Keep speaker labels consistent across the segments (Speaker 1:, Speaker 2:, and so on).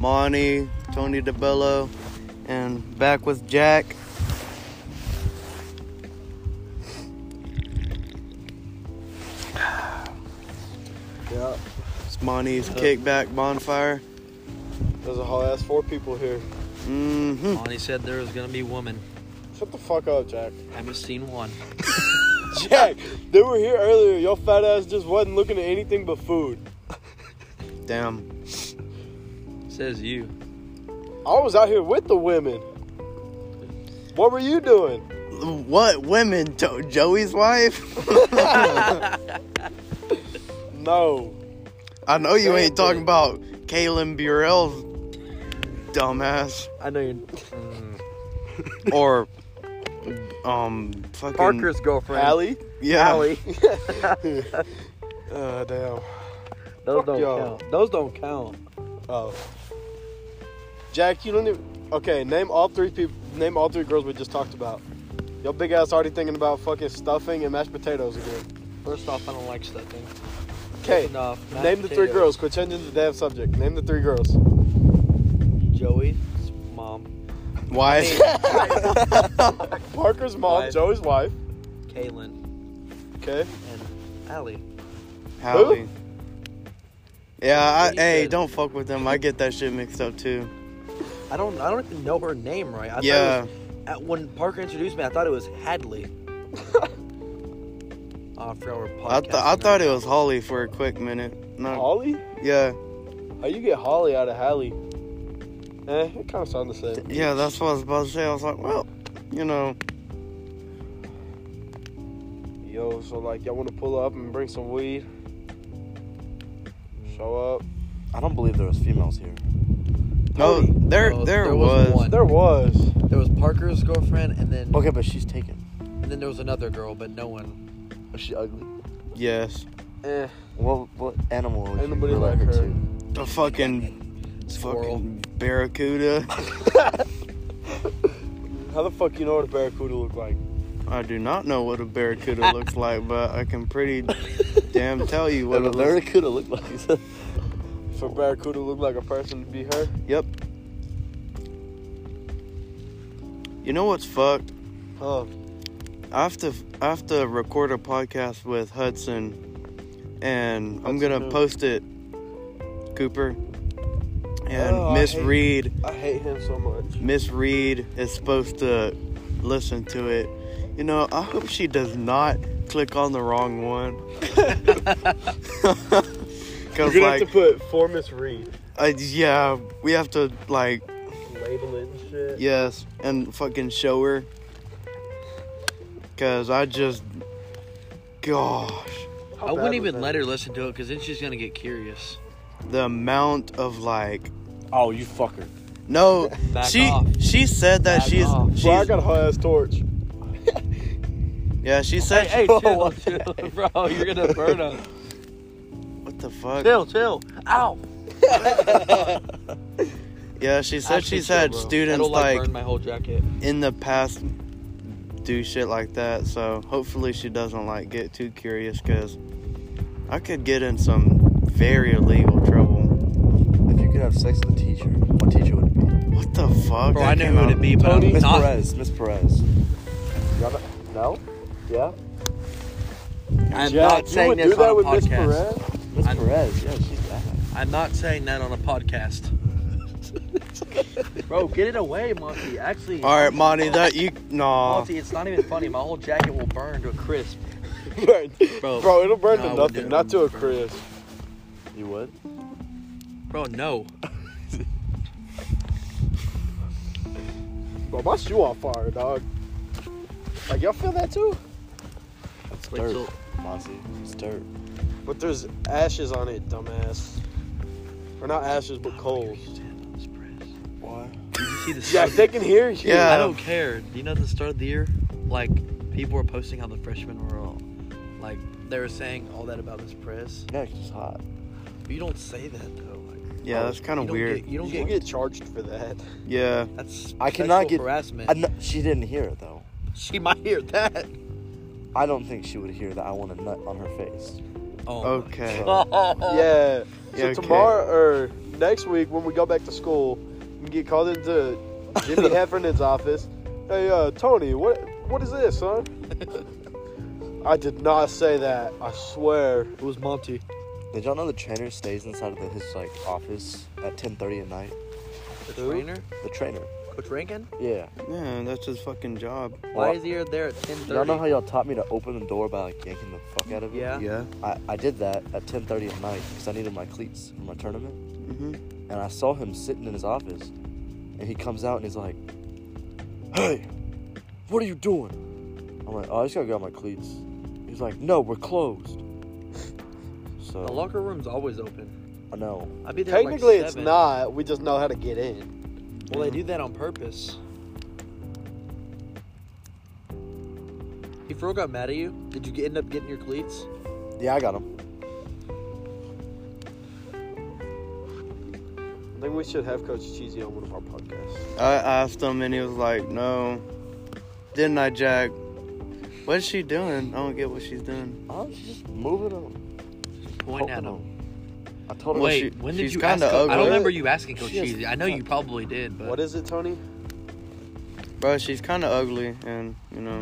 Speaker 1: Johnny, Tony DeBello, and back with Jack.
Speaker 2: Yeah.
Speaker 1: It's Monty's kickback bonfire.
Speaker 2: There's a whole ass four people here.
Speaker 1: Mm-hmm.
Speaker 3: Lonnie said there was gonna be women.
Speaker 2: Shut the fuck up, Jack.
Speaker 3: Haven't seen one.
Speaker 2: Jack, they were here earlier. Your fat ass just wasn't looking at anything but food.
Speaker 1: Damn.
Speaker 3: Says you.
Speaker 2: I was out here with the women. What were you doing?
Speaker 1: What women? Jo- Joey's wife?
Speaker 2: No.
Speaker 1: I know you ain't talking about Kalen Burrell's dumbass.
Speaker 3: I know you're
Speaker 1: Or um fucking
Speaker 3: Parker's girlfriend.
Speaker 2: Allie?
Speaker 1: Yeah.
Speaker 3: Allie.
Speaker 2: Uh, damn.
Speaker 3: Those
Speaker 2: Fuck
Speaker 3: don't
Speaker 2: y'all.
Speaker 3: count. Those don't count.
Speaker 2: Oh. Jack, you don't even. Okay, name all three people. Name all three girls we just talked about. Your big ass already thinking about fucking stuffing and mashed potatoes again.
Speaker 3: First off, I don't like stuffing.
Speaker 2: Okay,
Speaker 3: Second off, mashed
Speaker 2: name the three
Speaker 3: potatoes.
Speaker 2: girls. Quit changing the damn subject. Name the three girls.
Speaker 3: Joey's mom,
Speaker 1: Wife.
Speaker 2: Parker's mom,
Speaker 3: Wife.
Speaker 2: Joey's wife.
Speaker 3: Kaylin,
Speaker 2: Okay.
Speaker 3: and Allie.
Speaker 1: Howdy. Yeah,
Speaker 3: He
Speaker 1: I, hey,
Speaker 3: said-
Speaker 1: don't fuck with them. I get that shit mixed up too.
Speaker 3: I don't. I don't even know her name right. I
Speaker 1: Yeah.
Speaker 3: Thought it was, at- when Parker introduced me, I thought it was Hadley. oh, I forgot what
Speaker 1: I,
Speaker 3: podcast
Speaker 1: th- I thought it was Holly for a quick minute. No,
Speaker 2: Holly?
Speaker 1: yeah,
Speaker 2: How you get Holly out of Hallie? Eh, it kind of sounds the same.
Speaker 1: yeah, that's what I was about to say. I was like, well, you know,
Speaker 2: Yo, so like, y'all want to pull up and bring some weed? Show up.
Speaker 4: I don't believe there was females here.
Speaker 1: no,
Speaker 3: Cody.
Speaker 1: there,
Speaker 3: Oh,
Speaker 1: there,
Speaker 3: there was
Speaker 1: was.
Speaker 3: one.
Speaker 2: There was.
Speaker 3: There was Parker's girlfriend, and then
Speaker 4: Okay, but she's taken.
Speaker 3: and then there was another girl, but no one.
Speaker 4: Was she ugly?
Speaker 1: Yes,
Speaker 2: Eh.
Speaker 4: What what animal would
Speaker 2: Anybody
Speaker 4: you relate
Speaker 2: like her?
Speaker 4: to?
Speaker 1: the fucking,
Speaker 3: Squirrel.
Speaker 1: fucking barracuda.
Speaker 2: How the fuck you know what a barracuda look like?
Speaker 1: I do not know what a barracuda looks like, but I can pretty damn tell you what
Speaker 4: What a
Speaker 1: it looks.
Speaker 4: barracuda look like?
Speaker 2: For barracuda look like a person to be her?
Speaker 1: Yep. You know what's fucked?
Speaker 2: Huh.
Speaker 1: I have to I have to record a podcast with Hudson, and I'm
Speaker 2: Hudson
Speaker 1: gonna
Speaker 2: who?
Speaker 1: post it. Cooper and
Speaker 2: Oh, I
Speaker 1: Miss
Speaker 2: hate-
Speaker 1: Reed.
Speaker 2: I hate him so much.
Speaker 1: Miss Reed is supposed to listen to it. You know, I hope she does not click on the wrong one.
Speaker 2: You're
Speaker 1: Cause
Speaker 2: gonna
Speaker 1: like,
Speaker 2: have to put for Miss Reed.
Speaker 1: I, yeah, we have to like,
Speaker 2: Label it and shit.
Speaker 1: yes, and fucking show her. Cause I just, gosh.
Speaker 2: How
Speaker 3: I
Speaker 2: bad
Speaker 3: wouldn't
Speaker 2: was
Speaker 3: even
Speaker 2: that?
Speaker 3: let her listen to it because then she's gonna get curious.
Speaker 1: the amount of like
Speaker 4: oh, you fucker.
Speaker 1: no
Speaker 3: Back
Speaker 1: she
Speaker 3: off.
Speaker 1: she said that
Speaker 3: Back
Speaker 1: she's,
Speaker 3: off.
Speaker 1: she's
Speaker 2: Bro, I got a whole ass torch.
Speaker 1: yeah she said
Speaker 3: Hey,
Speaker 4: Bro,
Speaker 3: chill,
Speaker 4: what?
Speaker 3: chill, bro. You're gonna burn him.
Speaker 1: what the fuck
Speaker 3: chill, chill. Ow.
Speaker 1: yeah she said
Speaker 3: Actually,
Speaker 1: she's
Speaker 3: chill,
Speaker 1: had
Speaker 3: bro.
Speaker 1: students
Speaker 3: That'll,
Speaker 1: like,
Speaker 3: burn my whole jacket.
Speaker 1: in the past do shit like that so hopefully she doesn't like get too curious because i could get in some very illegal trouble
Speaker 4: If you could have sex with a teacher, what teacher would it be?
Speaker 1: what the fuck
Speaker 3: Bro,
Speaker 1: That
Speaker 3: I know
Speaker 1: came
Speaker 3: who it'd
Speaker 1: out-
Speaker 3: be, but
Speaker 2: Tony?
Speaker 3: I'm
Speaker 4: Miss
Speaker 3: not.
Speaker 4: Perez. Miss Perez.
Speaker 2: No? Yeah?
Speaker 3: I'm
Speaker 2: Jack,
Speaker 3: not
Speaker 2: you
Speaker 3: saying
Speaker 2: would
Speaker 3: this
Speaker 2: do that
Speaker 3: on a
Speaker 2: with Miss
Speaker 3: podcast.
Speaker 2: Perez?
Speaker 4: Miss
Speaker 3: I'm-
Speaker 4: Perez. Yeah, she's bad.
Speaker 3: I'm not saying that on a podcast. Bro, get it away, Monty. Actually,
Speaker 1: all right monty that you nah
Speaker 3: Monty, it's not even funny. My whole jacket will burn to a crisp.
Speaker 2: Burn.
Speaker 3: Bro.
Speaker 2: Bro, it'll burn
Speaker 3: No,
Speaker 2: to
Speaker 3: it
Speaker 2: nothing,
Speaker 3: wouldn't.
Speaker 2: not to a crisp.
Speaker 4: You would?
Speaker 3: Bro, no.
Speaker 2: Bro, my shoe on fire, dog. Like, y'all feel that too?
Speaker 4: It's
Speaker 3: Wait
Speaker 4: dirt,
Speaker 3: till-
Speaker 4: Monty. It's dirt.
Speaker 2: But there's ashes on it, dumbass. Or not ashes, but coals.
Speaker 3: Did
Speaker 4: Why?
Speaker 3: you see the
Speaker 2: Jack,
Speaker 3: start?
Speaker 2: they can hear you.
Speaker 1: Yeah.
Speaker 3: I don't care. Do you know at the start of the year? Like, people were posting how the freshmen were all. Like, they were saying all that about Miss Perez.
Speaker 4: Yeah, she's hot.
Speaker 3: But you don't say that, though. Like,
Speaker 1: yeah that's kind
Speaker 3: you
Speaker 1: of
Speaker 3: don't
Speaker 1: weird
Speaker 3: Get, you don't
Speaker 2: You
Speaker 3: get.
Speaker 2: get charged for that.
Speaker 1: yeah
Speaker 3: that's
Speaker 4: I cannot
Speaker 3: sexual
Speaker 4: get-
Speaker 3: harassment.
Speaker 4: I kn- she didn't hear it though.
Speaker 3: She might hear that.
Speaker 4: I don't think she would hear that I want a nut on her face.
Speaker 3: Oh.
Speaker 1: okay
Speaker 3: Oh.
Speaker 2: Yeah. Um, So
Speaker 1: Yeah, okay.
Speaker 2: tomorrow, or next week when we go back to school and get called into Jimmy Heffernan's office. Hey, uh, Tony, what what is this, son? I did not say that. I swear.
Speaker 3: It was Monty.
Speaker 4: Did y'all know the trainer stays inside of the, his like office at 10:30 at night?
Speaker 3: The
Speaker 2: Who?
Speaker 3: trainer?
Speaker 4: The trainer.
Speaker 3: Coach Rankin?
Speaker 4: Yeah.
Speaker 1: Yeah, that's his fucking job.
Speaker 4: Well,
Speaker 3: Why is he there at 10
Speaker 4: Y'all know how y'all taught me to open the door by like yanking the fuck out of it?
Speaker 3: Yeah.
Speaker 1: Yeah.
Speaker 4: I, I did that at 10:30 at night because I needed my cleats for my tournament,
Speaker 1: hmm
Speaker 4: and I saw him sitting in his office, and he comes out and he's like, "Hey, what are you doing?" I'm like, "Oh, I just gotta grab my cleats." He's like, "No, we're closed." So
Speaker 3: The locker room's always open.
Speaker 4: I know.
Speaker 3: I'd be there at, like,
Speaker 2: Technically, it's
Speaker 3: seven.
Speaker 2: not. We just know how to get in.
Speaker 3: Well, they do that on purpose. He Fro got mad at you. Did you get- end up getting your cleats?
Speaker 4: Yeah, I got him.
Speaker 2: I think we should have Coach Cheesy on one of our podcasts.
Speaker 1: I asked him and he was like, no. Didn't I, Jack? What is she doing? I don't get what she's doing.
Speaker 4: I was Oh, just moving him.
Speaker 3: Point
Speaker 4: poking
Speaker 3: at him.
Speaker 4: I told him.
Speaker 1: Well,
Speaker 3: Wait,
Speaker 1: she-
Speaker 3: when did
Speaker 1: she's
Speaker 3: you ask?
Speaker 1: kinda
Speaker 3: I
Speaker 1: ugly.
Speaker 3: don't remember you asking Coach
Speaker 4: She is-
Speaker 3: Cheesy. I know you probably did, but
Speaker 2: What is it, Tony?
Speaker 1: Bro, she's kind of ugly and, you know.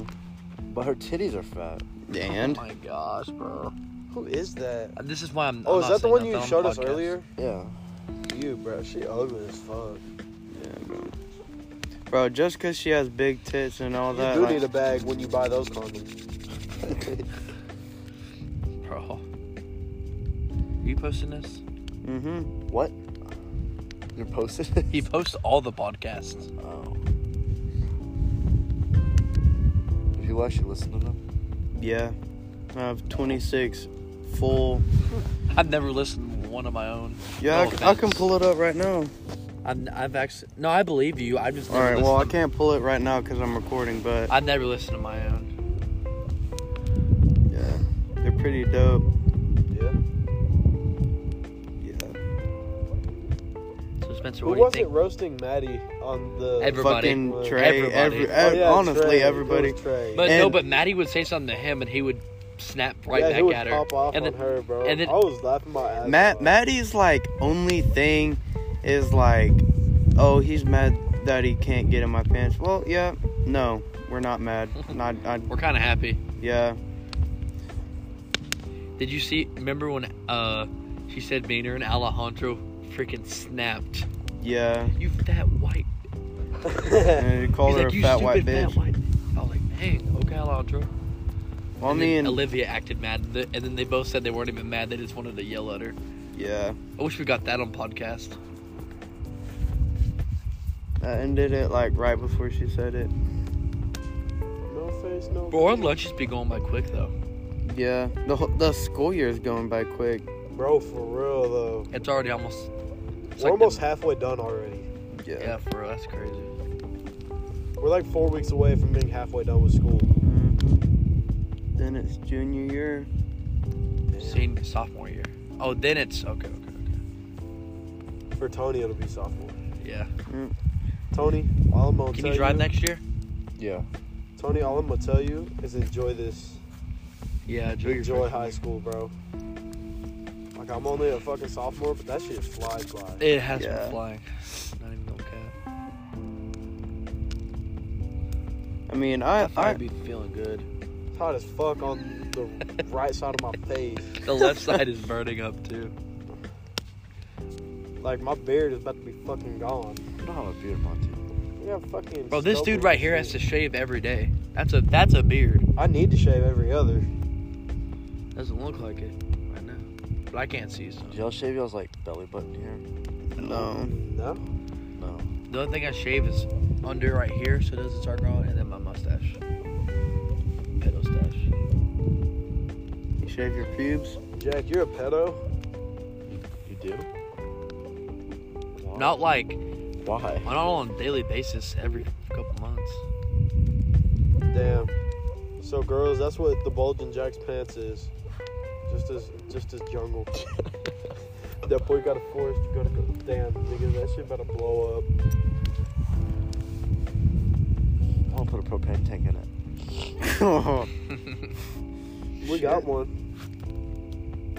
Speaker 4: But her titties are fat.
Speaker 1: And?
Speaker 3: Oh my gosh, bro!
Speaker 2: Who is that?
Speaker 3: This is why I'm.
Speaker 2: Oh,
Speaker 3: I'm
Speaker 2: is
Speaker 3: not
Speaker 2: that the
Speaker 3: saying
Speaker 2: one you
Speaker 3: nothing on
Speaker 2: showed
Speaker 3: the
Speaker 2: us
Speaker 3: podcast.
Speaker 2: earlier?
Speaker 4: Yeah.
Speaker 2: You, bro. She ugly as fuck.
Speaker 1: Yeah, bro. Bro, just because she has big tits and all
Speaker 2: You
Speaker 1: that.
Speaker 2: do
Speaker 1: like-
Speaker 2: need a bag when you buy those condoms.
Speaker 3: bro? You posting this?
Speaker 1: Mm-hmm.
Speaker 4: What? You're posting. it?
Speaker 3: He posts all the podcasts.
Speaker 4: Oh. If you actually listen to them.
Speaker 1: Yeah. I have 26 full.
Speaker 3: I've never listened to one of my own.
Speaker 2: Oh,
Speaker 1: Yeah, I
Speaker 3: No
Speaker 1: c- I, can
Speaker 3: offense.
Speaker 1: pull it up right now.
Speaker 3: I'm, I've actually no, I believe you. I've just
Speaker 1: All
Speaker 3: never
Speaker 1: right, well, I
Speaker 3: listened to-
Speaker 1: can't pull it right now because I'm recording, but
Speaker 3: I've never listened to my own.
Speaker 1: yeah, they're pretty dope.
Speaker 2: Yeah.
Speaker 1: Yeah.
Speaker 3: So Spencer,
Speaker 2: Who
Speaker 3: what do you
Speaker 2: wasn't
Speaker 3: think?
Speaker 2: roasting Maddie on the?
Speaker 3: Every- Everybody.
Speaker 1: Fucking
Speaker 2: Well,
Speaker 1: Trey.
Speaker 3: everybody.
Speaker 1: Every,
Speaker 2: Oh,
Speaker 1: ev-
Speaker 2: yeah, Trey.
Speaker 1: honestly,
Speaker 2: It
Speaker 1: everybody.
Speaker 2: was Trey.
Speaker 3: But no,
Speaker 1: And-
Speaker 3: but Maddie would say something to him, and he would snap right
Speaker 2: yeah,
Speaker 3: back
Speaker 2: he would
Speaker 3: at her.
Speaker 2: pop off
Speaker 3: and
Speaker 2: on
Speaker 3: then,
Speaker 2: her, bro.
Speaker 3: and then-
Speaker 2: I was laughing my ass
Speaker 1: Matt
Speaker 2: off.
Speaker 1: Maddie's like only thing is like, oh, he's mad that he can't get in my pants. Well, yeah, no, we're not mad. Not, I,
Speaker 3: we're kind of happy.
Speaker 1: yeah,
Speaker 3: Did you see? Remember when uh, she said Maynard and Alejandro freaking snapped?
Speaker 1: yeah.
Speaker 3: You fat white.
Speaker 1: And he called
Speaker 3: He's
Speaker 1: her a
Speaker 3: like, you
Speaker 1: fat
Speaker 3: stupid
Speaker 1: white
Speaker 3: fat
Speaker 1: bitch.
Speaker 3: white. I was like, dang, okay, Alejandro.
Speaker 1: Well, I
Speaker 3: and then
Speaker 1: mean,
Speaker 3: Olivia acted mad, th- and then they both said they weren't even mad. They just wanted to yell at her.
Speaker 1: yeah,
Speaker 3: I wish we got that on podcast.
Speaker 1: that ended it like right before she said it.
Speaker 2: no face, no.
Speaker 3: Bro, our
Speaker 2: face.
Speaker 3: lunches be going by quick though.
Speaker 1: Yeah, the whole- the school year is going by quick.
Speaker 2: Bro, for real though.
Speaker 3: It's already almost. it's
Speaker 2: We're
Speaker 3: like
Speaker 2: almost
Speaker 3: the-
Speaker 2: halfway done already.
Speaker 3: yeah, for real, that's crazy.
Speaker 2: We're like four weeks away from being halfway done with school.
Speaker 1: Mhm. Then it's junior year.
Speaker 3: Senior, sophomore year. Oh, then it's okay, okay,
Speaker 2: For Tony, it'll be sophomore.
Speaker 3: okay. Yeah.
Speaker 2: Tony, all I'm gonna
Speaker 3: Can
Speaker 2: tell
Speaker 3: you drive next year?
Speaker 4: Yeah.
Speaker 2: Tony, all I'm gonna tell you is enjoy this.
Speaker 3: Yeah, enjoy your
Speaker 2: Enjoy
Speaker 3: freshman
Speaker 2: high
Speaker 3: year.
Speaker 2: school, bro. Like I'm only a fucking sophomore, but that shit flies by.
Speaker 3: It has
Speaker 1: Yeah.
Speaker 3: been flying. Not even gonna cap.
Speaker 1: I mean, I,
Speaker 3: I'd
Speaker 1: I
Speaker 3: be feeling good.
Speaker 2: It's hot as fuck on the right side of my face.
Speaker 3: The left side is burning up too.
Speaker 2: Like my beard is about to be fucking gone.
Speaker 4: You don't have a beard, Monty.
Speaker 2: I got fucking.
Speaker 3: Bro, this
Speaker 2: stubble
Speaker 3: dude right
Speaker 2: and
Speaker 3: here
Speaker 2: shit.
Speaker 3: has to shave every day. That's a that's a beard.
Speaker 2: I need to shave every other.
Speaker 3: Doesn't look like it. I know. But I can't see some.
Speaker 4: Did y'all shave y'all's like belly button here?
Speaker 1: no.
Speaker 2: No.
Speaker 4: No.
Speaker 3: The only thing I shave is under right here, so it doesn't start growing, and then my mustache. Pedo stash.
Speaker 1: You shave your pubes.
Speaker 2: Jack, you're a pedo.
Speaker 4: You do? Why?
Speaker 3: Not like
Speaker 4: Why?
Speaker 3: not on a daily basis every couple months.
Speaker 2: Damn. So girls, that's what the bulge in Jack's pants is. Just as just as jungle. that boy got a forest, you gotta go damn nigga, that shit about to blow up.
Speaker 4: I want to put a propane tank in it.
Speaker 1: oh,
Speaker 2: We got one.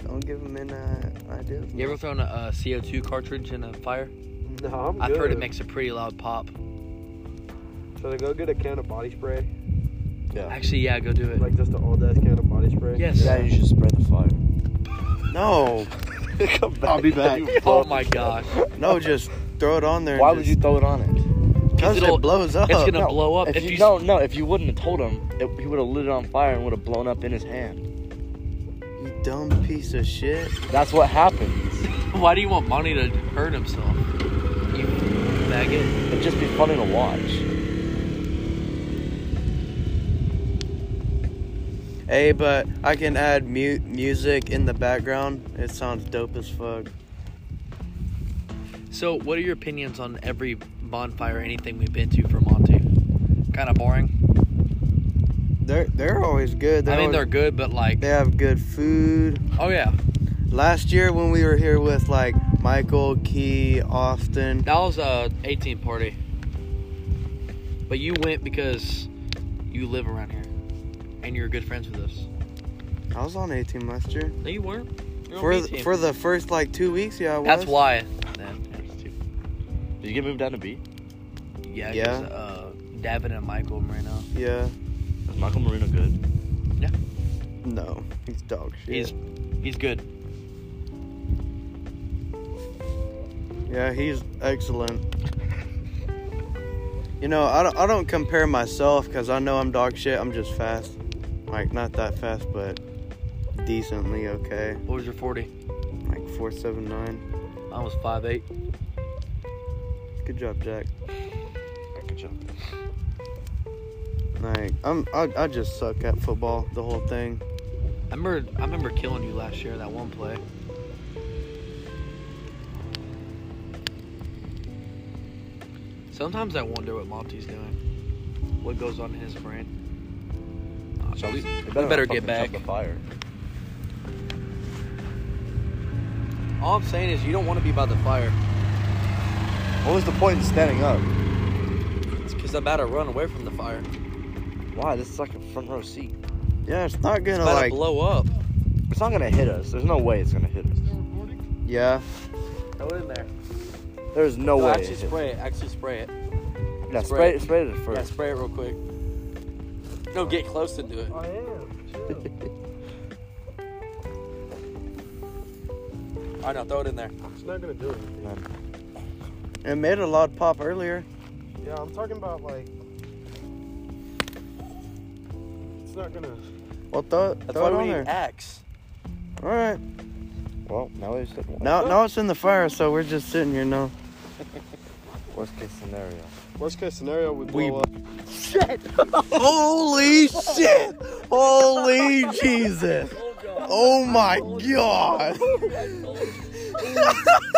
Speaker 1: Don't give them an uh, idea.
Speaker 3: You ever thrown a, uh CO2 cartridge in a fire?
Speaker 2: No, I'm good.
Speaker 3: I've heard it makes a pretty loud pop.
Speaker 2: Should I go get a can of body spray?
Speaker 4: Yeah.
Speaker 3: Actually, yeah, go do it.
Speaker 2: Like just an old ass can of body spray?
Speaker 3: yes.
Speaker 4: Yeah, you should spread the fire.
Speaker 1: No,
Speaker 4: Come back.
Speaker 1: I'll be back.
Speaker 4: You
Speaker 3: Oh
Speaker 4: bum.
Speaker 3: my gosh.
Speaker 1: no, just throw it on there.
Speaker 4: Why would you throw it on it?
Speaker 1: Because
Speaker 3: it'll-
Speaker 1: it blows up.
Speaker 3: it's gonna- blow up
Speaker 4: If,
Speaker 3: if
Speaker 4: you,
Speaker 3: you s-
Speaker 4: no, no, if you wouldn't have told him, it, he would have lit it on fire and would have blown up in his hand.
Speaker 1: You dumb piece of shit.
Speaker 4: That's what happens.
Speaker 3: Why do you want Monty to hurt himself? You maggot.
Speaker 4: It'd just be funny to watch.
Speaker 1: Hey, but I can add mu- music in the background. It sounds dope as fuck.
Speaker 3: So, what are your opinions on every bonfire, anything we've been to for Monty? Kind of boring.
Speaker 1: They're they're always good. They're
Speaker 3: I mean,
Speaker 1: always-
Speaker 3: they're good, but like,
Speaker 1: they have good food.
Speaker 3: oh yeah,
Speaker 1: Last year when we were here with like Michael, Key, Austin.
Speaker 3: that was a 18 party. But you went because you live around here, and you're good friends with us.
Speaker 1: I was on 18 last year.
Speaker 3: No, you weren't. You're on
Speaker 1: For
Speaker 3: B team.
Speaker 1: for the first like two weeks, yeah, I was.
Speaker 3: that's why.
Speaker 4: Did you get moved down to B?
Speaker 3: Yeah,
Speaker 1: Yeah.
Speaker 3: yeah. Uh, David and Michael Moreno.
Speaker 1: Yeah.
Speaker 4: Is Michael Marino good?
Speaker 1: No, he's dog shit.
Speaker 3: He's he's good.
Speaker 1: Yeah, he's excellent. You know, I don't, I don't compare myself because I know I'm dog shit. I'm just fast. Like, not that fast, but decently okay.
Speaker 3: What was your 40?
Speaker 1: Like 479.
Speaker 3: I was 5'8.
Speaker 1: Good job, Jack.
Speaker 4: Good job.
Speaker 1: Like, I'm, I, I just suck at football, the whole thing.
Speaker 3: I remember I remember killing you last year in that one play. Sometimes I wonder what Monty's doing. What goes on in his brain. Uh, we, we better get back.
Speaker 4: The fire.
Speaker 3: All I'm saying is you don't want to be by the fire.
Speaker 4: What was the point in standing up?
Speaker 3: It's because I'm about to run away from the fire.
Speaker 4: Why? This is like a front row seat.
Speaker 1: Yeah, it's not gonna,
Speaker 3: about
Speaker 1: like,
Speaker 3: to blow up.
Speaker 4: It's not gonna hit us. There's no way it's gonna hit us.
Speaker 1: yeah.
Speaker 3: Throw it in there.
Speaker 4: There's no, way.
Speaker 3: actually
Speaker 4: it hit-
Speaker 3: spray it. Actually spray it.
Speaker 4: Yeah, spray,
Speaker 3: spray
Speaker 4: it-
Speaker 3: it.
Speaker 4: spray it at
Speaker 3: Yeah,
Speaker 4: first.
Speaker 3: spray it real quick. No, get close and do it.
Speaker 2: I am. Chill.
Speaker 3: Alright, now throw it in there.
Speaker 2: it's not gonna do anything.
Speaker 1: It made a loud pop earlier.
Speaker 2: Yeah, I'm talking about like. It's not gonna.
Speaker 1: Well, throw, it-
Speaker 3: That's
Speaker 1: throw it on
Speaker 3: why we need
Speaker 1: there.
Speaker 3: axe.
Speaker 1: All right.
Speaker 4: Well, now we just hit one.
Speaker 1: Now, now it's in the fire, so we're just sitting here now.
Speaker 4: Worst case scenario.
Speaker 2: Worst case scenario, we blow
Speaker 1: We-
Speaker 2: up.
Speaker 1: Holy shit! Holy Jesus! Oh my god!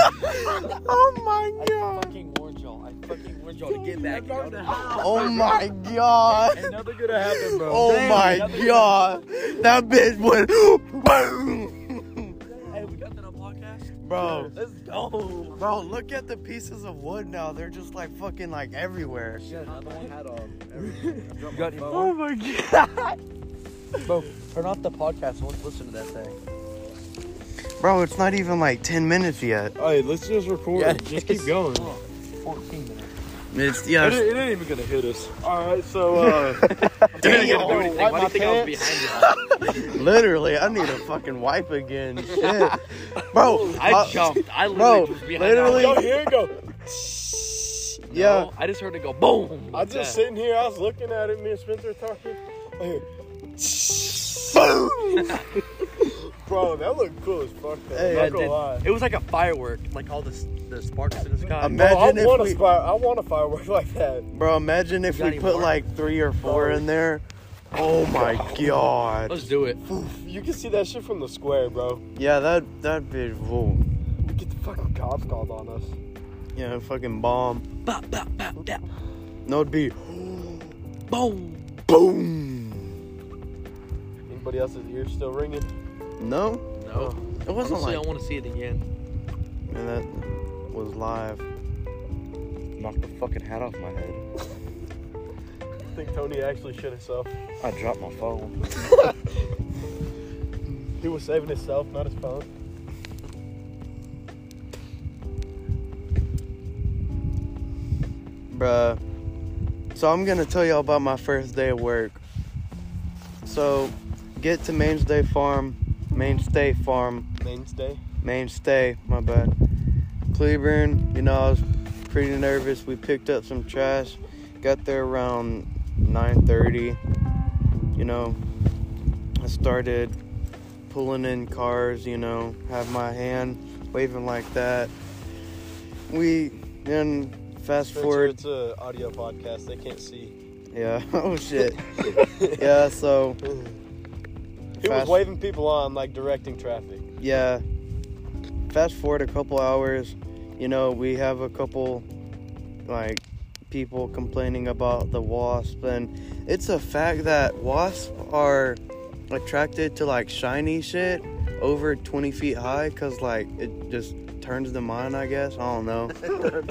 Speaker 1: Oh my
Speaker 3: I
Speaker 1: god!
Speaker 3: fucking warned y'all. I fucking warned y'all to get back. Y'all didn't-
Speaker 1: Oh my god!
Speaker 2: Nothing gonna happen, bro.
Speaker 1: Oh my god! That bitch went boom!
Speaker 3: Hey, we got that on podcast.
Speaker 1: Bro,
Speaker 3: Let's go.
Speaker 1: bro, look at the pieces of wood now. They're just like fucking like everywhere.
Speaker 3: Got him.
Speaker 1: Oh my god!
Speaker 3: Bro, turn off the podcast and let's listen to that thing.
Speaker 1: Bro, it's not even like 10 minutes yet.
Speaker 2: Hey, let's just record.
Speaker 3: Yeah,
Speaker 2: just keep going.
Speaker 3: 14 minutes.
Speaker 1: It's yeah.
Speaker 2: It,
Speaker 1: it's-
Speaker 2: ain't- it ain't even gonna hit us. All right, so uh,
Speaker 1: Damn.
Speaker 3: Damn. do anything.
Speaker 2: Wipe
Speaker 3: Why do
Speaker 2: my
Speaker 3: you think I was
Speaker 2: pants.
Speaker 3: behind y'all?
Speaker 1: Literally, I need a fucking wipe again. Shit. Bro,
Speaker 3: I
Speaker 1: uh,
Speaker 3: jumped. I
Speaker 1: bro,
Speaker 3: literally was behind
Speaker 1: literally-
Speaker 3: y'all.
Speaker 2: yo, here it go.
Speaker 1: yeah.
Speaker 3: No, I just heard it go boom.
Speaker 2: I was just sitting here. I was looking at it. Me and Spencer talking. I hear, bro, that looked cool as fuck. Though.
Speaker 1: Hey,
Speaker 2: not
Speaker 1: I
Speaker 2: gonna lie.
Speaker 3: It was like a firework, like all the s- the sparks in the sky.
Speaker 1: I'm-
Speaker 2: Bro, I
Speaker 1: Imagine if
Speaker 2: want
Speaker 1: we-
Speaker 2: a fire. I want a firework like that.
Speaker 1: Bro, imagine if we
Speaker 3: Johnny
Speaker 1: put
Speaker 3: Marr.
Speaker 1: like three or four in there. Oh my god.
Speaker 3: Let's do it.
Speaker 2: You can see that shit from the square, bro.
Speaker 1: Yeah, that that'd be whoa.
Speaker 2: We get the fucking cops called on us.
Speaker 1: Yeah, fucking bomb.
Speaker 3: Bop, bop, bop, bop.
Speaker 1: No, it'd be
Speaker 3: Boom.
Speaker 1: boom.
Speaker 2: Anybody else's ears still ringing?
Speaker 1: No,
Speaker 3: No.
Speaker 1: it wasn't like.
Speaker 3: Honestly, I want to see it again.
Speaker 1: Man, that was live.
Speaker 4: Knocked the fucking hat off my head.
Speaker 2: I think Tony actually shit himself.
Speaker 4: I dropped my phone.
Speaker 2: He was saving himself, not his phone.
Speaker 1: bruh. So I'm gonna tell y'all about my first day of work. So, get to Mainstay Farm, Mainstay Farm,
Speaker 2: Mainstay.
Speaker 1: Mainstay. My bad. Cleburne. You know, I was pretty nervous. We picked up some trash. Got there around 9:30. You know, I started pulling in cars. You know, have my hand waving like that. We then fast
Speaker 2: Spencer,
Speaker 1: forward.
Speaker 2: It's an audio podcast. They can't see.
Speaker 1: Yeah. Oh shit. yeah. So
Speaker 2: He was
Speaker 1: Mm. Fast-
Speaker 2: waving people on, like directing traffic.
Speaker 1: yeah. Fast forward a couple hours. You know, we have a couple like people complaining about the wasp, and it's a fact that wasps are attracted to like shiny shit over 20 feet high because like it just turns them on i guess i don't know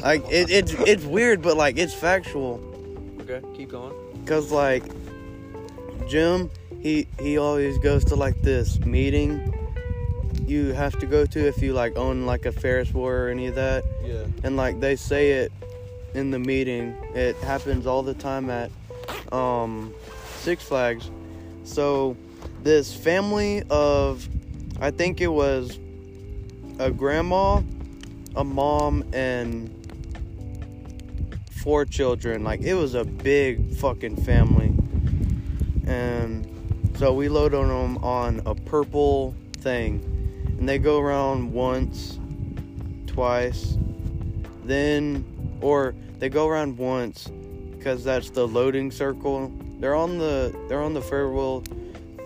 Speaker 1: like it, it's it's weird but like it's factual
Speaker 3: Okay, keep going.
Speaker 1: Cause like Jim, he he always goes to like this meeting you have to go to if you like own like a Ferris wheel or any of that,
Speaker 2: Yeah.
Speaker 1: and like they say it in the meeting. It happens all the time at um, Six Flags. So this family of, I think it was a grandma, a mom, and four children. Like it was a big fucking family. And so we load on them on a purple thing. And they go around once, twice, then, or they go around once because that's the loading circle. They're on the they're on the farewell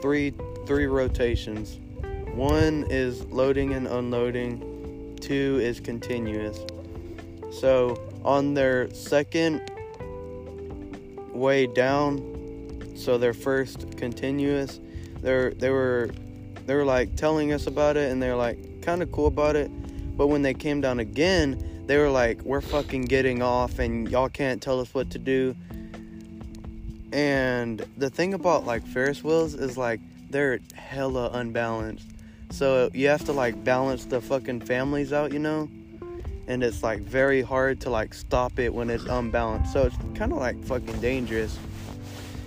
Speaker 1: three three rotations. One is loading and unloading. Two is continuous. So on their second way down, so their first continuous, they're they were they were like telling us about it and they're like kind of cool about it. But when they came down again, they were like, "We're fucking getting off, and y'all can't tell us what to do." And the thing about like Ferris wheels is like they're hella unbalanced. So you have to like balance the fucking families out, you know? and it's like very hard to like stop it when it's unbalanced. So it's kind of like fucking dangerous.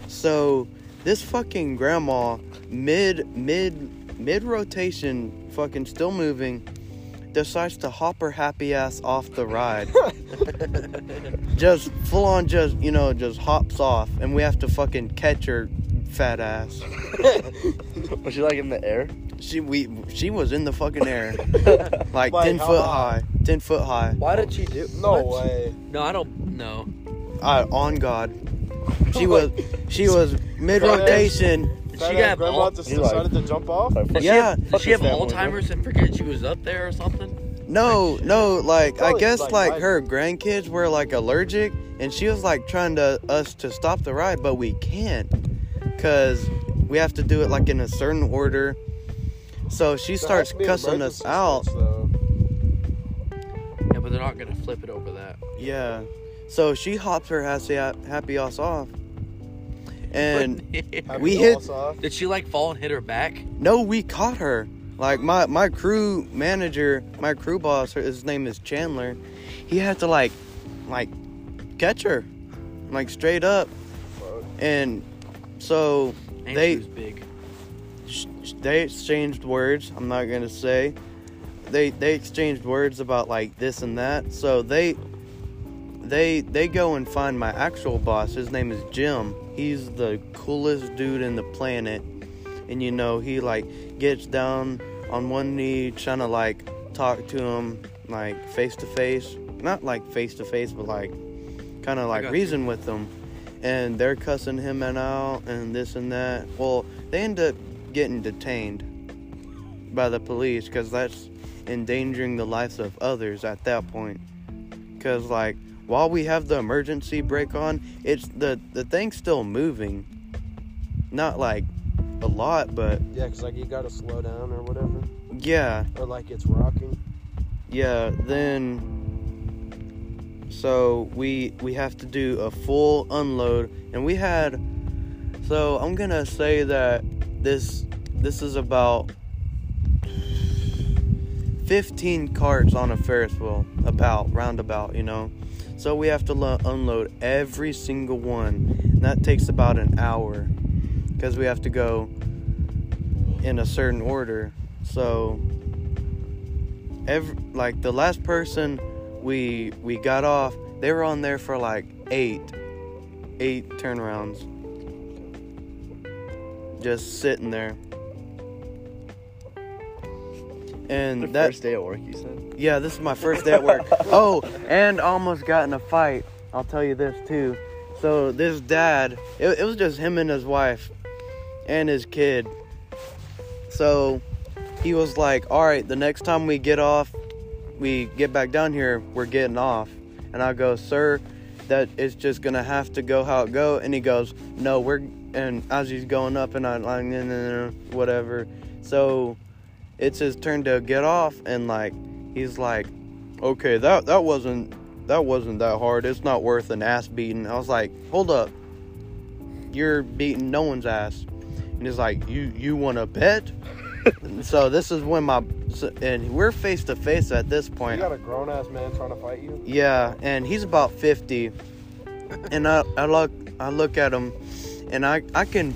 Speaker 1: So this fucking grandma mid mid mid rotation fucking still moving decides to hop her happy ass off the ride. just full on just, you know, just hops off and we have to fucking catch her fat ass.
Speaker 4: Was she like in the air?
Speaker 1: She we she was in the fucking air. Like
Speaker 2: Like,
Speaker 1: 10
Speaker 2: how
Speaker 1: foot
Speaker 2: high?
Speaker 1: high. 10 foot high.
Speaker 3: Why did she do?
Speaker 2: No
Speaker 3: what?
Speaker 2: way.
Speaker 3: No, I don't. No.
Speaker 1: I, on God. She was she was mid rotation.
Speaker 2: She
Speaker 3: got
Speaker 2: grandma
Speaker 3: all-
Speaker 2: just
Speaker 4: You're like-
Speaker 2: decided to jump off.
Speaker 4: Like, fuck-
Speaker 3: Did
Speaker 1: Yeah.
Speaker 3: She have, did she
Speaker 4: Fuck
Speaker 3: have
Speaker 4: is that one,
Speaker 3: Alzheimer's and forget she was up there or something?
Speaker 1: No, no, like I
Speaker 2: Probably,
Speaker 1: guess
Speaker 2: like,
Speaker 1: like
Speaker 2: like-
Speaker 1: her grandkids were like allergic and she was like trying to us to stop the ride, but we can't cuz we have to do it like in a certain order. So she
Speaker 2: There
Speaker 1: starts
Speaker 2: has to be an
Speaker 1: cussing us
Speaker 2: emergency
Speaker 1: out.
Speaker 2: switch, though.
Speaker 3: Yeah, but they're not gonna flip it over that.
Speaker 1: Yeah. So she hops her happy happy ass off. And
Speaker 2: Happy
Speaker 1: We
Speaker 2: to
Speaker 1: hit-
Speaker 2: also off.
Speaker 3: did she like fall and hit her back?
Speaker 1: No, we caught her. Like my my crew manager, my crew boss, her, his name is Chandler. He had to like, like, catch her, like straight up.
Speaker 2: Fuck.
Speaker 1: And so
Speaker 3: And
Speaker 1: They-
Speaker 3: she was big.
Speaker 1: sh- they exchanged words. I'm not gonna say. They they exchanged words about like this and that. So they they they go and find my actual boss. His name is Jim. He's the coolest dude in the planet. And you know he like gets down on one knee trying to like talk to him like face to face. Not like face to face, but like kind of like
Speaker 3: got you.
Speaker 1: reason with them. And they're cussing him and out and this and that. Well, they end up getting detained by the police because that's endangering the lives of others at that point. Because, like, while we have the emergency brake on, it's the, the thing's still moving. Not like a lot, but
Speaker 2: Yeah, cause like you gotta slow down or whatever,
Speaker 1: yeah,
Speaker 2: or like it's rocking.
Speaker 1: yeah. Then, so we we have to do a full unload, and we had. So I'm gonna say that this this is about 15 carts on a Ferris wheel, about, roundabout, you know. So we have to lo- unload every single one. And that takes about an hour because we have to go in a certain order. So every like the last person we we got off, they were on there for like 8 8 turnarounds. Just sitting there. And that
Speaker 4: first day at work, you said.
Speaker 1: yeah, this is my first day at work. Oh, and almost got in a fight. I'll tell you this too. So this dad, it, it was just him and his wife, and his kid. So he was like, "All right, the next time we get off, we get back down here, we're getting off." And I go, "Sir, that it's just gonna have to go how it go." And he goes, "No, we're." And as he's going up, and I'm like, "Nah, nah, nah," whatever. So it's his turn to get off, and like he's like, "Okay, that that wasn't that wasn't that hard. It's not worth an ass beating." I was like, "Hold up, you're beating no one's ass," and he's like, "You you want to bet?" And so this is when my so- and we're face to face at this
Speaker 2: You
Speaker 1: point.
Speaker 2: got a grown ass man trying to fight you.
Speaker 1: Yeah, and he's about 50. And I, I look I look at him and I I can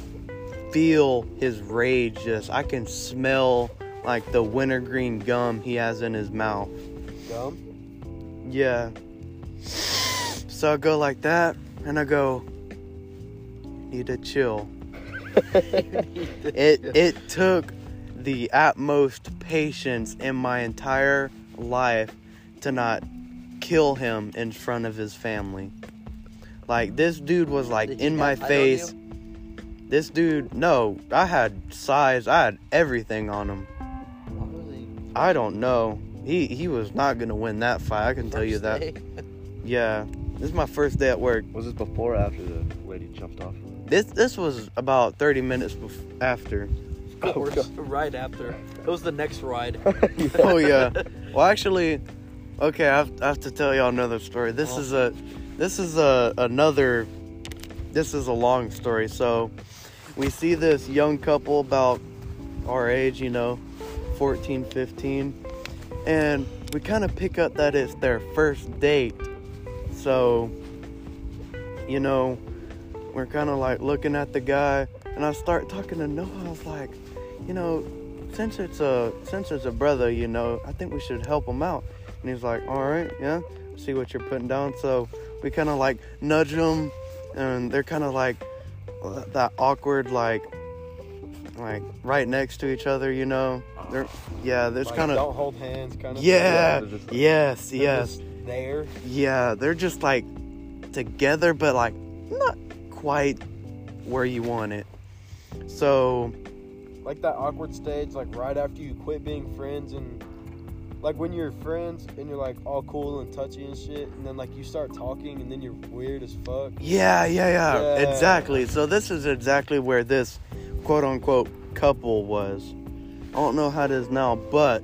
Speaker 1: feel his rage just I can smell like the wintergreen gum he has in his mouth.
Speaker 2: Dumb.
Speaker 1: Yeah. So I go like that and I go need to chill. it it took the utmost patience in my entire life to not kill him in front of his family. Like this dude was like
Speaker 3: Did he
Speaker 1: in my
Speaker 3: have light on you?
Speaker 1: face. This dude, no, I had size, I had everything on him. I don't know. He he was not gonna win that fight. I can tell you that. Yeah, this is my first day at work.
Speaker 4: Was this before or after the lady jumped off?
Speaker 1: This this was about 30 minutes bef- after.
Speaker 4: Oh,
Speaker 3: Of course,
Speaker 4: God.
Speaker 3: right after. It was the next ride.
Speaker 1: Oh yeah. Well, actually, okay, I have, I have to tell y'all another story. This is a this is a another this is a long story. So, we see this young couple about our age, you know, 14, 15, and we kind of pick up that it's their first date. So, you know, we're kind of like looking at the guy, and I start talking to Noah. I was like, you know, since it's a since it's a brother, you know, I think we should help him out. And he's like, all right, yeah, see what you're putting down. So we kind of like nudge them, and they're kind of like uh, that awkward like like right next to each other, you know. They're yeah, there's
Speaker 2: Like,
Speaker 1: kind of
Speaker 2: don't hold hands, kind of.
Speaker 1: yeah,
Speaker 4: they're just-
Speaker 1: yes, yes.
Speaker 2: There.
Speaker 1: Yeah, they're just like together, but like not quite where you want it. So,
Speaker 2: like that awkward stage, like right after you quit being friends and like when you're friends and you're like all cool and touchy and shit, and then like you start talking and then you're weird as fuck.
Speaker 1: yeah, yeah, yeah,
Speaker 2: Yeah.
Speaker 1: exactly. So, this is exactly where this quote unquote couple was. I don't know how it is now, but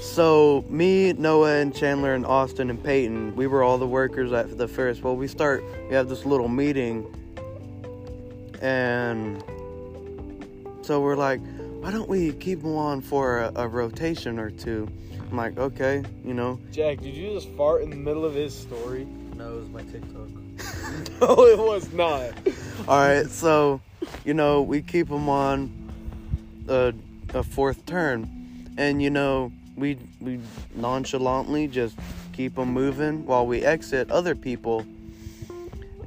Speaker 1: so me, Noah, and Chandler, and Austin, and Peyton, we were all the workers at the Ferris. Well, we start, we have this little meeting, and so we're like, why don't we keep them on for a, a rotation or two? I'm like, okay, you know.
Speaker 2: Jack, did you just fart in the middle of his story?
Speaker 3: No, it was my TikTok.
Speaker 2: no, it was not.
Speaker 1: All right, so you know we keep them on a, a fourth turn, and you know we we nonchalantly just keep them moving while we exit other people,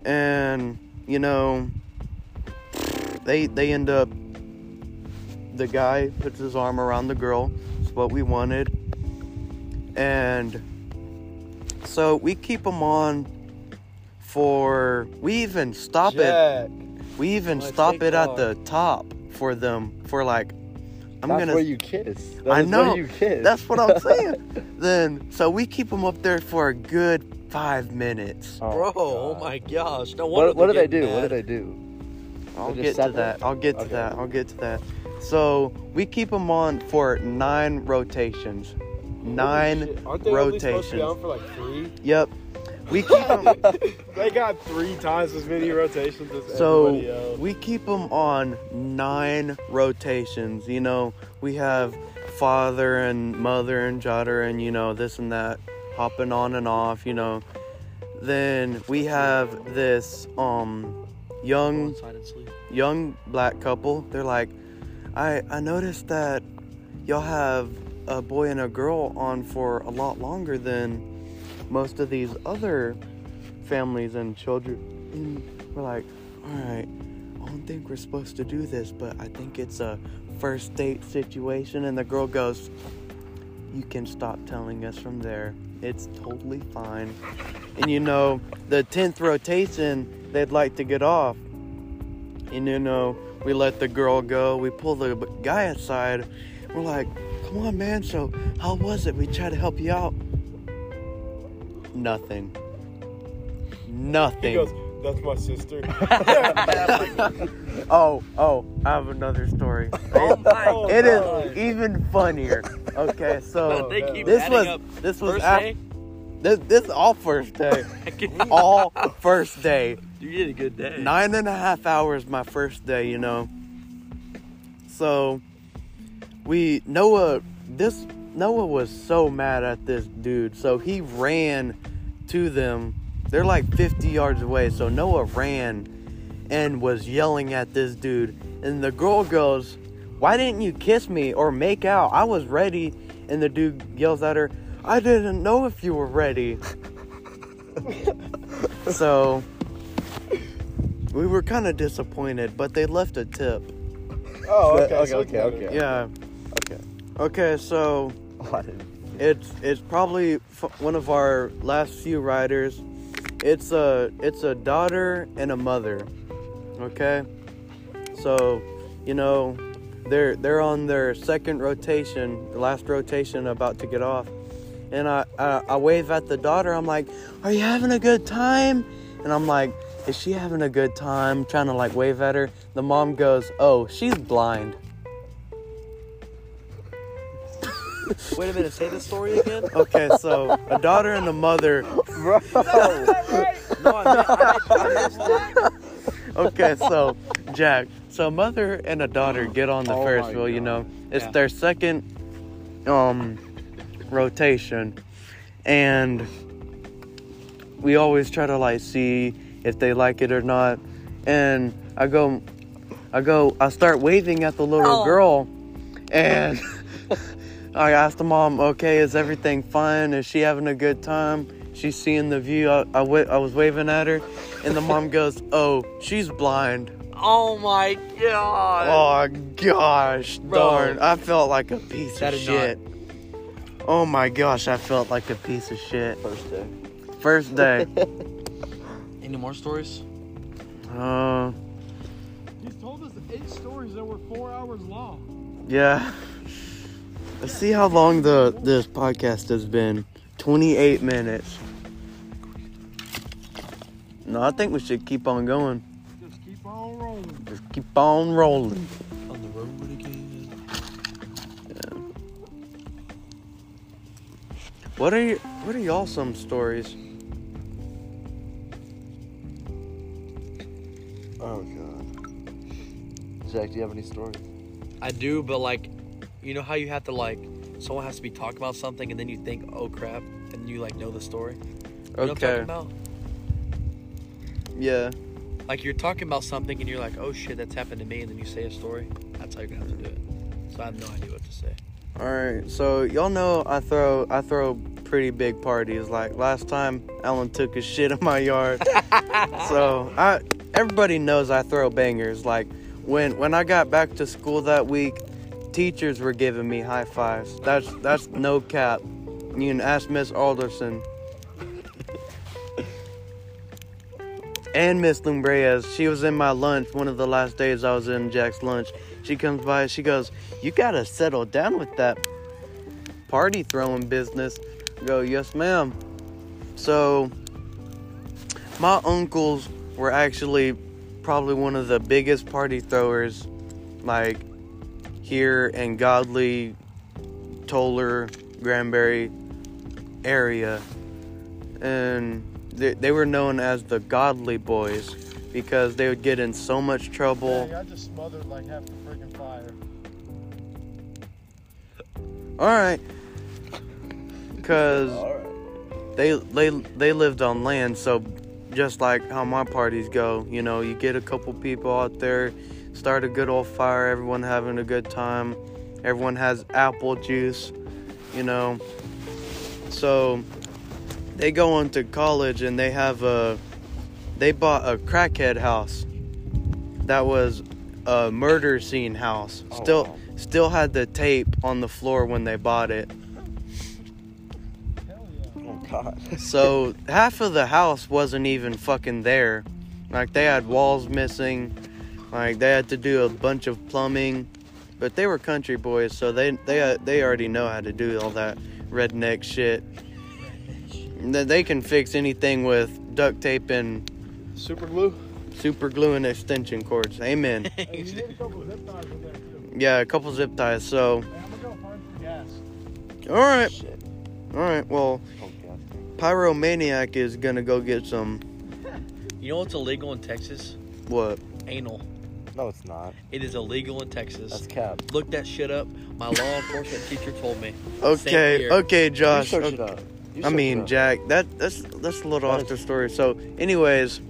Speaker 1: and you know they they end up the guy puts his arm around the girl. It's what we wanted, and so we keep them on. For we even stop it
Speaker 2: Jack,
Speaker 1: we even
Speaker 3: Like,
Speaker 1: stop
Speaker 3: take
Speaker 1: it at
Speaker 3: off.
Speaker 1: the top for them for like I'm
Speaker 4: That's
Speaker 1: gonna
Speaker 4: where you kiss. That
Speaker 1: I
Speaker 4: is
Speaker 1: know.
Speaker 4: Where you kiss.
Speaker 1: That's what I'm saying. then so we keep them up there for a good 5 minutes.
Speaker 4: Oh,
Speaker 3: Bro, oh
Speaker 4: God.
Speaker 3: my gosh. No wonder
Speaker 4: What, what did I
Speaker 3: they
Speaker 4: do?
Speaker 3: get
Speaker 4: What
Speaker 3: mad.
Speaker 4: did I do?
Speaker 1: I'll
Speaker 4: just
Speaker 1: get
Speaker 4: sat
Speaker 1: to that. I'll get to
Speaker 4: Okay.
Speaker 1: that. I'll get to that. So we keep them on for 9 rotations. 9
Speaker 2: Holy shit. Aren't they only supposed to
Speaker 1: rotations.
Speaker 2: be on for like three?
Speaker 1: Yep. We keep 'em-
Speaker 2: They got three times as many rotations as everybody
Speaker 1: So
Speaker 2: else.
Speaker 1: we keep them on nine rotations. You know, we have father and mother and daughter and you know this and that hopping on and off you know then we have this um young
Speaker 3: Go inside and sleep.
Speaker 1: young black couple they're like i i noticed that y'all have a boy and a girl on for a lot longer than most of these other families and children and we're like all right i don't think we're supposed to do this but i think it's a first date situation and the girl goes you can stop telling us from there it's totally fine and you know the 10th rotation they'd like to get off and you know, we let the girl go. We pull the b- guy aside. We're like, come on, man. So, how was it? We tried to help you out. Nothing.
Speaker 2: He
Speaker 1: Nothing.
Speaker 2: goes, that's my sister.
Speaker 1: oh, oh, I have another story.
Speaker 3: Oh my
Speaker 1: It
Speaker 3: God.
Speaker 1: is even funnier. Okay, so
Speaker 3: They keep
Speaker 1: this
Speaker 3: adding
Speaker 1: was
Speaker 3: up.
Speaker 1: this was
Speaker 3: First
Speaker 1: af-
Speaker 3: day,
Speaker 1: this this all first day,
Speaker 3: heck,
Speaker 1: all first day.
Speaker 3: you did a good day.
Speaker 1: Nine and a half hours my first day, you know. So we Noah this Noah was so mad at this dude. So he ran to them. They're like 50 yards away. So Noah ran and was yelling at this dude. And the girl goes, "Why didn't you kiss me or make out? I was ready." And the dude yells at her, "I didn't know if you were ready." so we were kind of disappointed, but they left a tip.
Speaker 2: oh,
Speaker 4: Okay,
Speaker 2: okay, so
Speaker 4: okay,
Speaker 2: it's
Speaker 4: okay.
Speaker 1: Yeah.
Speaker 4: Okay.
Speaker 1: Okay, so
Speaker 4: Oh, I didn't.
Speaker 1: it's it's probably f- one of our last few riders. It's a it's a daughter and a mother. Okay? So, you know, they're they're on their second rotation, the last rotation about to get off. And I, I I wave at the daughter. I'm like, "Are you having a good time?" And I'm like, "Is she having a good time?" Trying to like wave at her. The mom goes, "Oh, she's blind."
Speaker 3: Wait a minute, say the story again.
Speaker 1: Okay, so a daughter and a mother.
Speaker 3: No, I meant, I meant, I meant
Speaker 1: Okay, so Jack, so a mother and a daughter get on the
Speaker 4: Oh
Speaker 1: Ferris
Speaker 4: my
Speaker 1: wheel. You know, it's
Speaker 3: Yeah.
Speaker 1: their second um rotation, and we always try to like see if they like it or not. And I go, I go, I start waving at the little
Speaker 5: Oh.
Speaker 1: girl, and. I asked the mom, okay, is everything fine? Is she having a good time? She's seeing the view. I, I, wa- I was waving at her, and the mom goes, oh, she's blind.
Speaker 3: oh my god.
Speaker 1: Oh, gosh,
Speaker 3: Bro.
Speaker 1: darn. I felt like a piece
Speaker 3: That
Speaker 1: of
Speaker 3: is not-
Speaker 1: shit. Oh my gosh, I felt like a piece of shit.
Speaker 4: First day.
Speaker 1: First day.
Speaker 3: Any more stories?
Speaker 1: uh,
Speaker 2: He's told us eight stories that were four hours long.
Speaker 1: yeah. Let's see how long the this podcast has been. 28 minutes. No, I think we should keep on going.
Speaker 2: Just keep on rolling.
Speaker 1: Just keep on rolling.
Speaker 3: On the road again.
Speaker 1: What are you, what are y'all some stories?
Speaker 4: Oh god. Zach, do you have any stories?
Speaker 3: I do, but like, you know how you have to like, someone has to be talking about something, and then you think, oh crap, and you like know the story. You know what
Speaker 1: Okay.
Speaker 3: I'm talking about?
Speaker 1: Yeah.
Speaker 3: Like you're talking about something, and you're like, oh shit, that's happened to me, and then you say a story. That's how you're gonna have to do it. So I have no idea what to say.
Speaker 1: All right. So y'all know I throw I throw pretty big parties. Like last time, Alan took a shit in my yard. so I everybody knows I throw bangers. Like when when I got back to school that week, teachers were giving me high fives. That's that's no cap. You can ask Miss Alderson. And Miss Lumbrez, she was in my lunch one of the last days I was in Jack's lunch. She comes by, she goes, You gotta settle down with that party throwing business. I go, Yes, ma'am. So, my uncles were actually probably one of the biggest party throwers, like here in Godley, Toller, Granbury area. And they, they were known as the Godly Boys because they would get in so much trouble.
Speaker 2: Dang, I just smothered like half the freaking fire.
Speaker 1: all right, because
Speaker 4: Alright.
Speaker 1: they they they lived on land, so just like how my parties go, you know, you get a couple people out there, start a good old fire, everyone having a good time, everyone has apple juice, you know. So they go on to college and they have a they bought a crackhead house that was a murder scene house.
Speaker 4: Oh,
Speaker 1: Still
Speaker 4: wow.
Speaker 1: still had the tape on the floor when they bought it.
Speaker 4: Oh god.
Speaker 1: So half of the house wasn't even fucking there. Like they had walls missing. Like they had to do a bunch of plumbing. But they were country boys, so they they they already know how to do all that redneck shit. And then They can fix anything with duct tape and
Speaker 2: Super glue.
Speaker 1: super glue and extension cords. Amen.
Speaker 5: Hey, you need a couple zip ties with that too.
Speaker 1: yeah, a couple zip ties. So,
Speaker 5: Hey, I'm gonna go find some gas.
Speaker 1: all right,
Speaker 4: Shit.
Speaker 1: all right. Well,
Speaker 4: Oh god.
Speaker 1: pyromaniac is gonna go get some
Speaker 3: You know what's illegal in Texas?
Speaker 1: what?
Speaker 3: Anal.
Speaker 4: No, it's not.
Speaker 3: It is illegal in Texas.
Speaker 4: That's cap.
Speaker 3: Looked that shit up. My law enforcement teacher told me.
Speaker 1: Okay,
Speaker 3: here.
Speaker 1: okay,
Speaker 4: You
Speaker 1: Josh.
Speaker 4: search
Speaker 1: okay.
Speaker 4: it up. You
Speaker 1: I
Speaker 4: search
Speaker 1: mean,
Speaker 4: it up.
Speaker 1: Jack, that that's that's a little off
Speaker 4: That is-
Speaker 1: the story. So, anyways,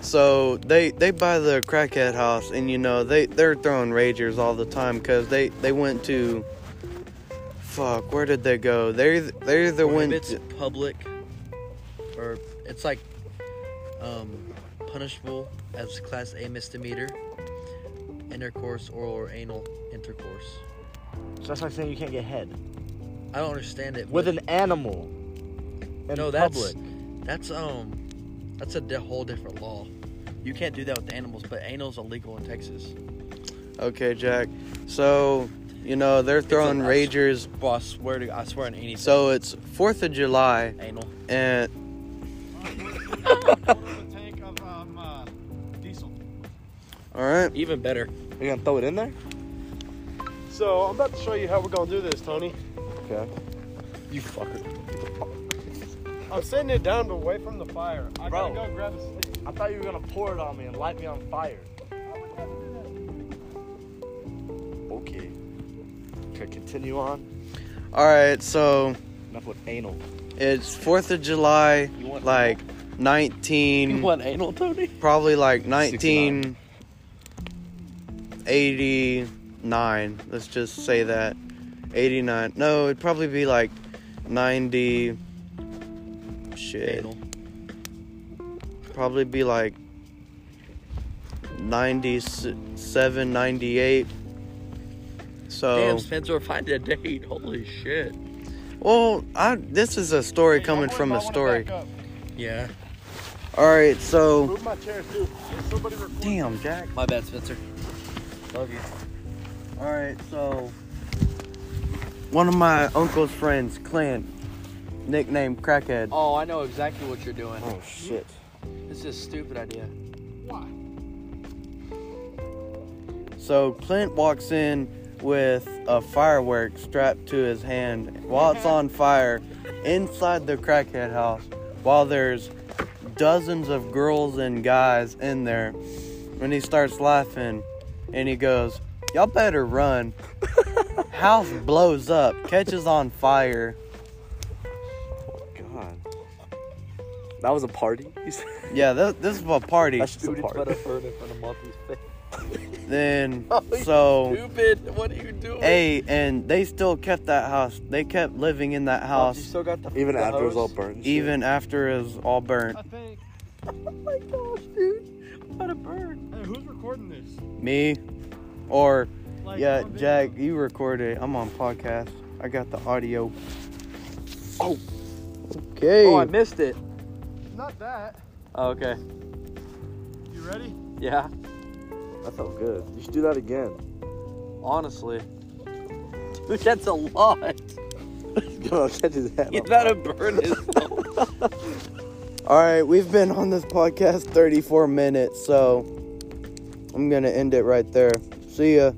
Speaker 1: so they they buy the crackhead house, and you know they they're throwing ragers all the time because they they went to fuck. Where did they go? They they either
Speaker 3: Or if
Speaker 1: went.
Speaker 3: it's
Speaker 1: to-
Speaker 3: public, or it's like um, punishable as class A misdemeanor, intercourse, oral or anal intercourse.
Speaker 4: So that's like saying you can't get head
Speaker 3: I don't understand it.
Speaker 4: with
Speaker 3: but
Speaker 4: an animal. In
Speaker 3: No, that's-
Speaker 4: public.
Speaker 3: that's um, that's a di- whole different law. You can't do that with animals, but anal's illegal in Texas.
Speaker 1: okay, Jack. So you know they're throwing
Speaker 3: an-
Speaker 1: ragers.
Speaker 3: Bro, I swear to I swear on anything.
Speaker 1: So it's Fourth of July,
Speaker 3: anal.
Speaker 1: and
Speaker 5: a tank of um, uh, diesel.
Speaker 1: all right,
Speaker 3: Even better.
Speaker 4: You're gonna throw it in there?
Speaker 2: So I'm about to show you how we're gonna do this, Tony.
Speaker 4: Okay. You fucker.
Speaker 2: I'm setting it down, but away from the fire. I
Speaker 4: Bro.
Speaker 2: gotta go grab a stick.
Speaker 4: I thought you were gonna pour it on me and light me on fire. Okay. Okay, continue on.
Speaker 1: all right. So
Speaker 4: Enough with anal.
Speaker 1: it's Fourth of July,
Speaker 3: You want
Speaker 1: like nineteen.
Speaker 3: You want anal, Tony?
Speaker 1: probably like
Speaker 4: 69.
Speaker 1: 1989. Let's just say that 89. No, it'd probably be like 90. Shit,
Speaker 3: Anal.
Speaker 1: probably be like 97, 98. So,
Speaker 3: Damn, Spencer, find a date. Holy shit.
Speaker 1: well, I this is a story coming from a story.
Speaker 3: Yeah.
Speaker 1: All right, so
Speaker 2: Move my chair too. Can Somebody record.
Speaker 1: damn, Jack.
Speaker 3: My bad, Spencer. Love you.
Speaker 1: All right, so one of my uncle's friends, Clint, nicknamed Crackhead.
Speaker 3: Oh, I know exactly what you're doing.
Speaker 4: Oh shit.
Speaker 3: This is a stupid idea.
Speaker 5: Why?
Speaker 1: So Clint walks in with a firework strapped to his hand while it's on fire inside the crackhead house while there's dozens of girls and guys in there and he starts laughing and he goes y'all better run house blows up catches on fire
Speaker 4: God. That was a party. You said-
Speaker 1: yeah th- this is a party
Speaker 4: That's just a party.
Speaker 3: bird in front of Muffy's face.
Speaker 1: then
Speaker 4: Oh.
Speaker 1: so
Speaker 3: Oh, Stupid! What are you doing?
Speaker 1: Hey, and they still kept that house. They kept living in that
Speaker 3: You
Speaker 1: house
Speaker 3: still got the
Speaker 4: Even
Speaker 3: the
Speaker 4: after it was all
Speaker 3: hose?
Speaker 4: burnt. and shit.
Speaker 1: even after it was all burnt.
Speaker 5: I think.
Speaker 3: my gosh, dude! I'm about to burn.
Speaker 5: Hey, who's recording this?
Speaker 1: Me or
Speaker 5: Like,
Speaker 1: yeah,
Speaker 5: on video?
Speaker 1: Jack, you record it. I'm on podcast. I got the audio.
Speaker 4: Oh.
Speaker 1: Okay.
Speaker 3: Oh, I missed it.
Speaker 5: Not that.
Speaker 3: Oh, okay.
Speaker 5: You ready?
Speaker 3: Yeah.
Speaker 4: That sounds good. You should do that again.
Speaker 3: Honestly, dude, that's a lot.
Speaker 4: Go catch his head.
Speaker 3: He's
Speaker 4: on
Speaker 3: about to
Speaker 4: fire.
Speaker 3: burn himself.
Speaker 1: all right, we've been on this podcast 34 minutes, so I'm going to end it right there. See ya.